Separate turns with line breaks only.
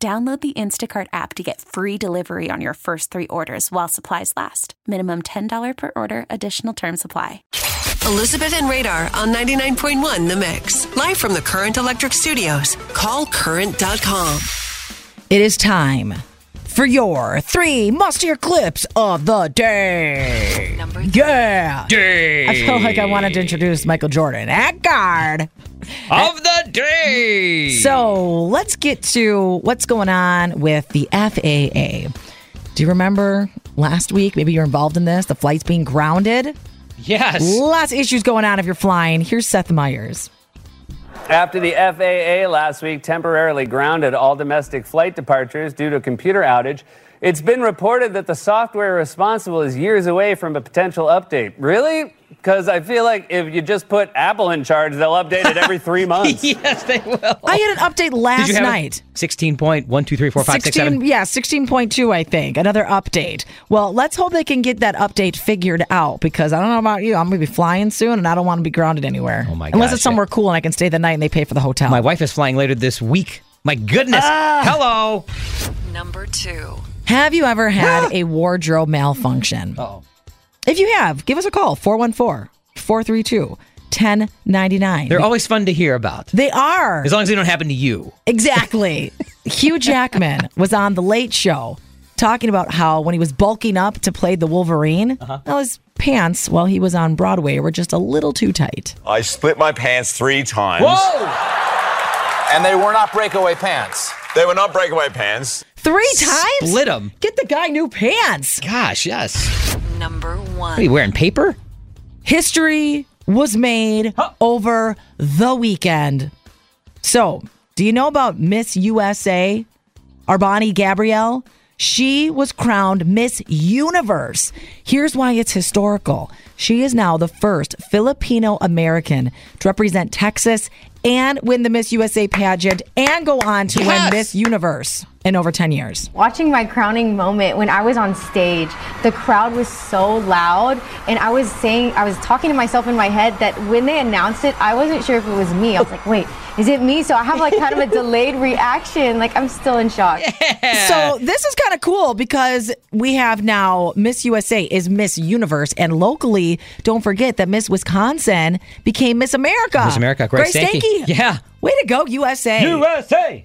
Download the Instacart app to get free delivery on your first three orders while supplies last. Minimum $10 per order, additional term supply.
Elizabeth and Radar on 99.1 The Mix. Live from the Current Electric Studios. Call current.com.
It is time for your three mustier clips of the day.
Number
yeah. Day. I feel like I wanted to introduce Michael Jordan at guard.
of the day.
So let's get to what's going on with the FAA. Do you remember last week? Maybe you're involved in this, the flights being grounded.
yes.
Lots of issues going on if you're flying. Here's Seth Meyers.
After the FAA last week temporarily grounded all domestic flight departures due to a computer outage, it's been reported that the software responsible is years away from a potential update. Really? Because I feel like if you just put Apple in charge, they'll update it every three months.
Yes, they will.
I had an update last night.
Sixteen point one two three four five six
16,
seven.
yeah, 16.2, I think. Another update. Well, let's hope they can get that update figured out because I don't know about you. I'm going to be flying soon and I don't want to be grounded anywhere.
Oh my
Unless
gosh,
it's somewhere cool and I can stay the night and they pay for the hotel.
My wife is flying later this week. My goodness.
Ah.
Hello.
Number two.
have you ever
Ah!
had a wardrobe malfunction?
Oh.
If you have, give us a call 414 432 1099.
They're always fun to hear about,
They are.
as long as they don't happen to you.
Exactly. Hugh Jackman was on The Late Show talking about how when he was bulking up to play the Wolverine, well, his pants while he was on Broadway were just a little too tight.
I split my pants three times.
Whoa.
And they were not breakaway pants.
They were not breakaway pants.
Three times?
Split 'em.
Get the guy new pants.
Gosh, yes.
Number
What are you
one.
wearing? Paper?
History was made over the weekend. So, do you know about Miss USA, Arbani Gabrielle? She was crowned Miss Universe. Here's why it's historical. She is now the first Filipino American to represent Texas and win the Miss USA pageant and go on to win
Yes.
Miss Universe in over 10 years.
Watching my crowning moment when I was on stage, the crowd was so loud, and I was saying, I was talking to myself in my head that when they announced it, I wasn't sure if it was me. I was like, wait, is it me? So I have like kind of a delayed reaction. Like, I'm still in shock.
So this is kind of cool because we have now Miss USA is Miss Universe, and locally, don't forget that Miss Wisconsin became Miss America.
Miss America, Grace Sankey. Yeah.
Way to go, USA.
USA.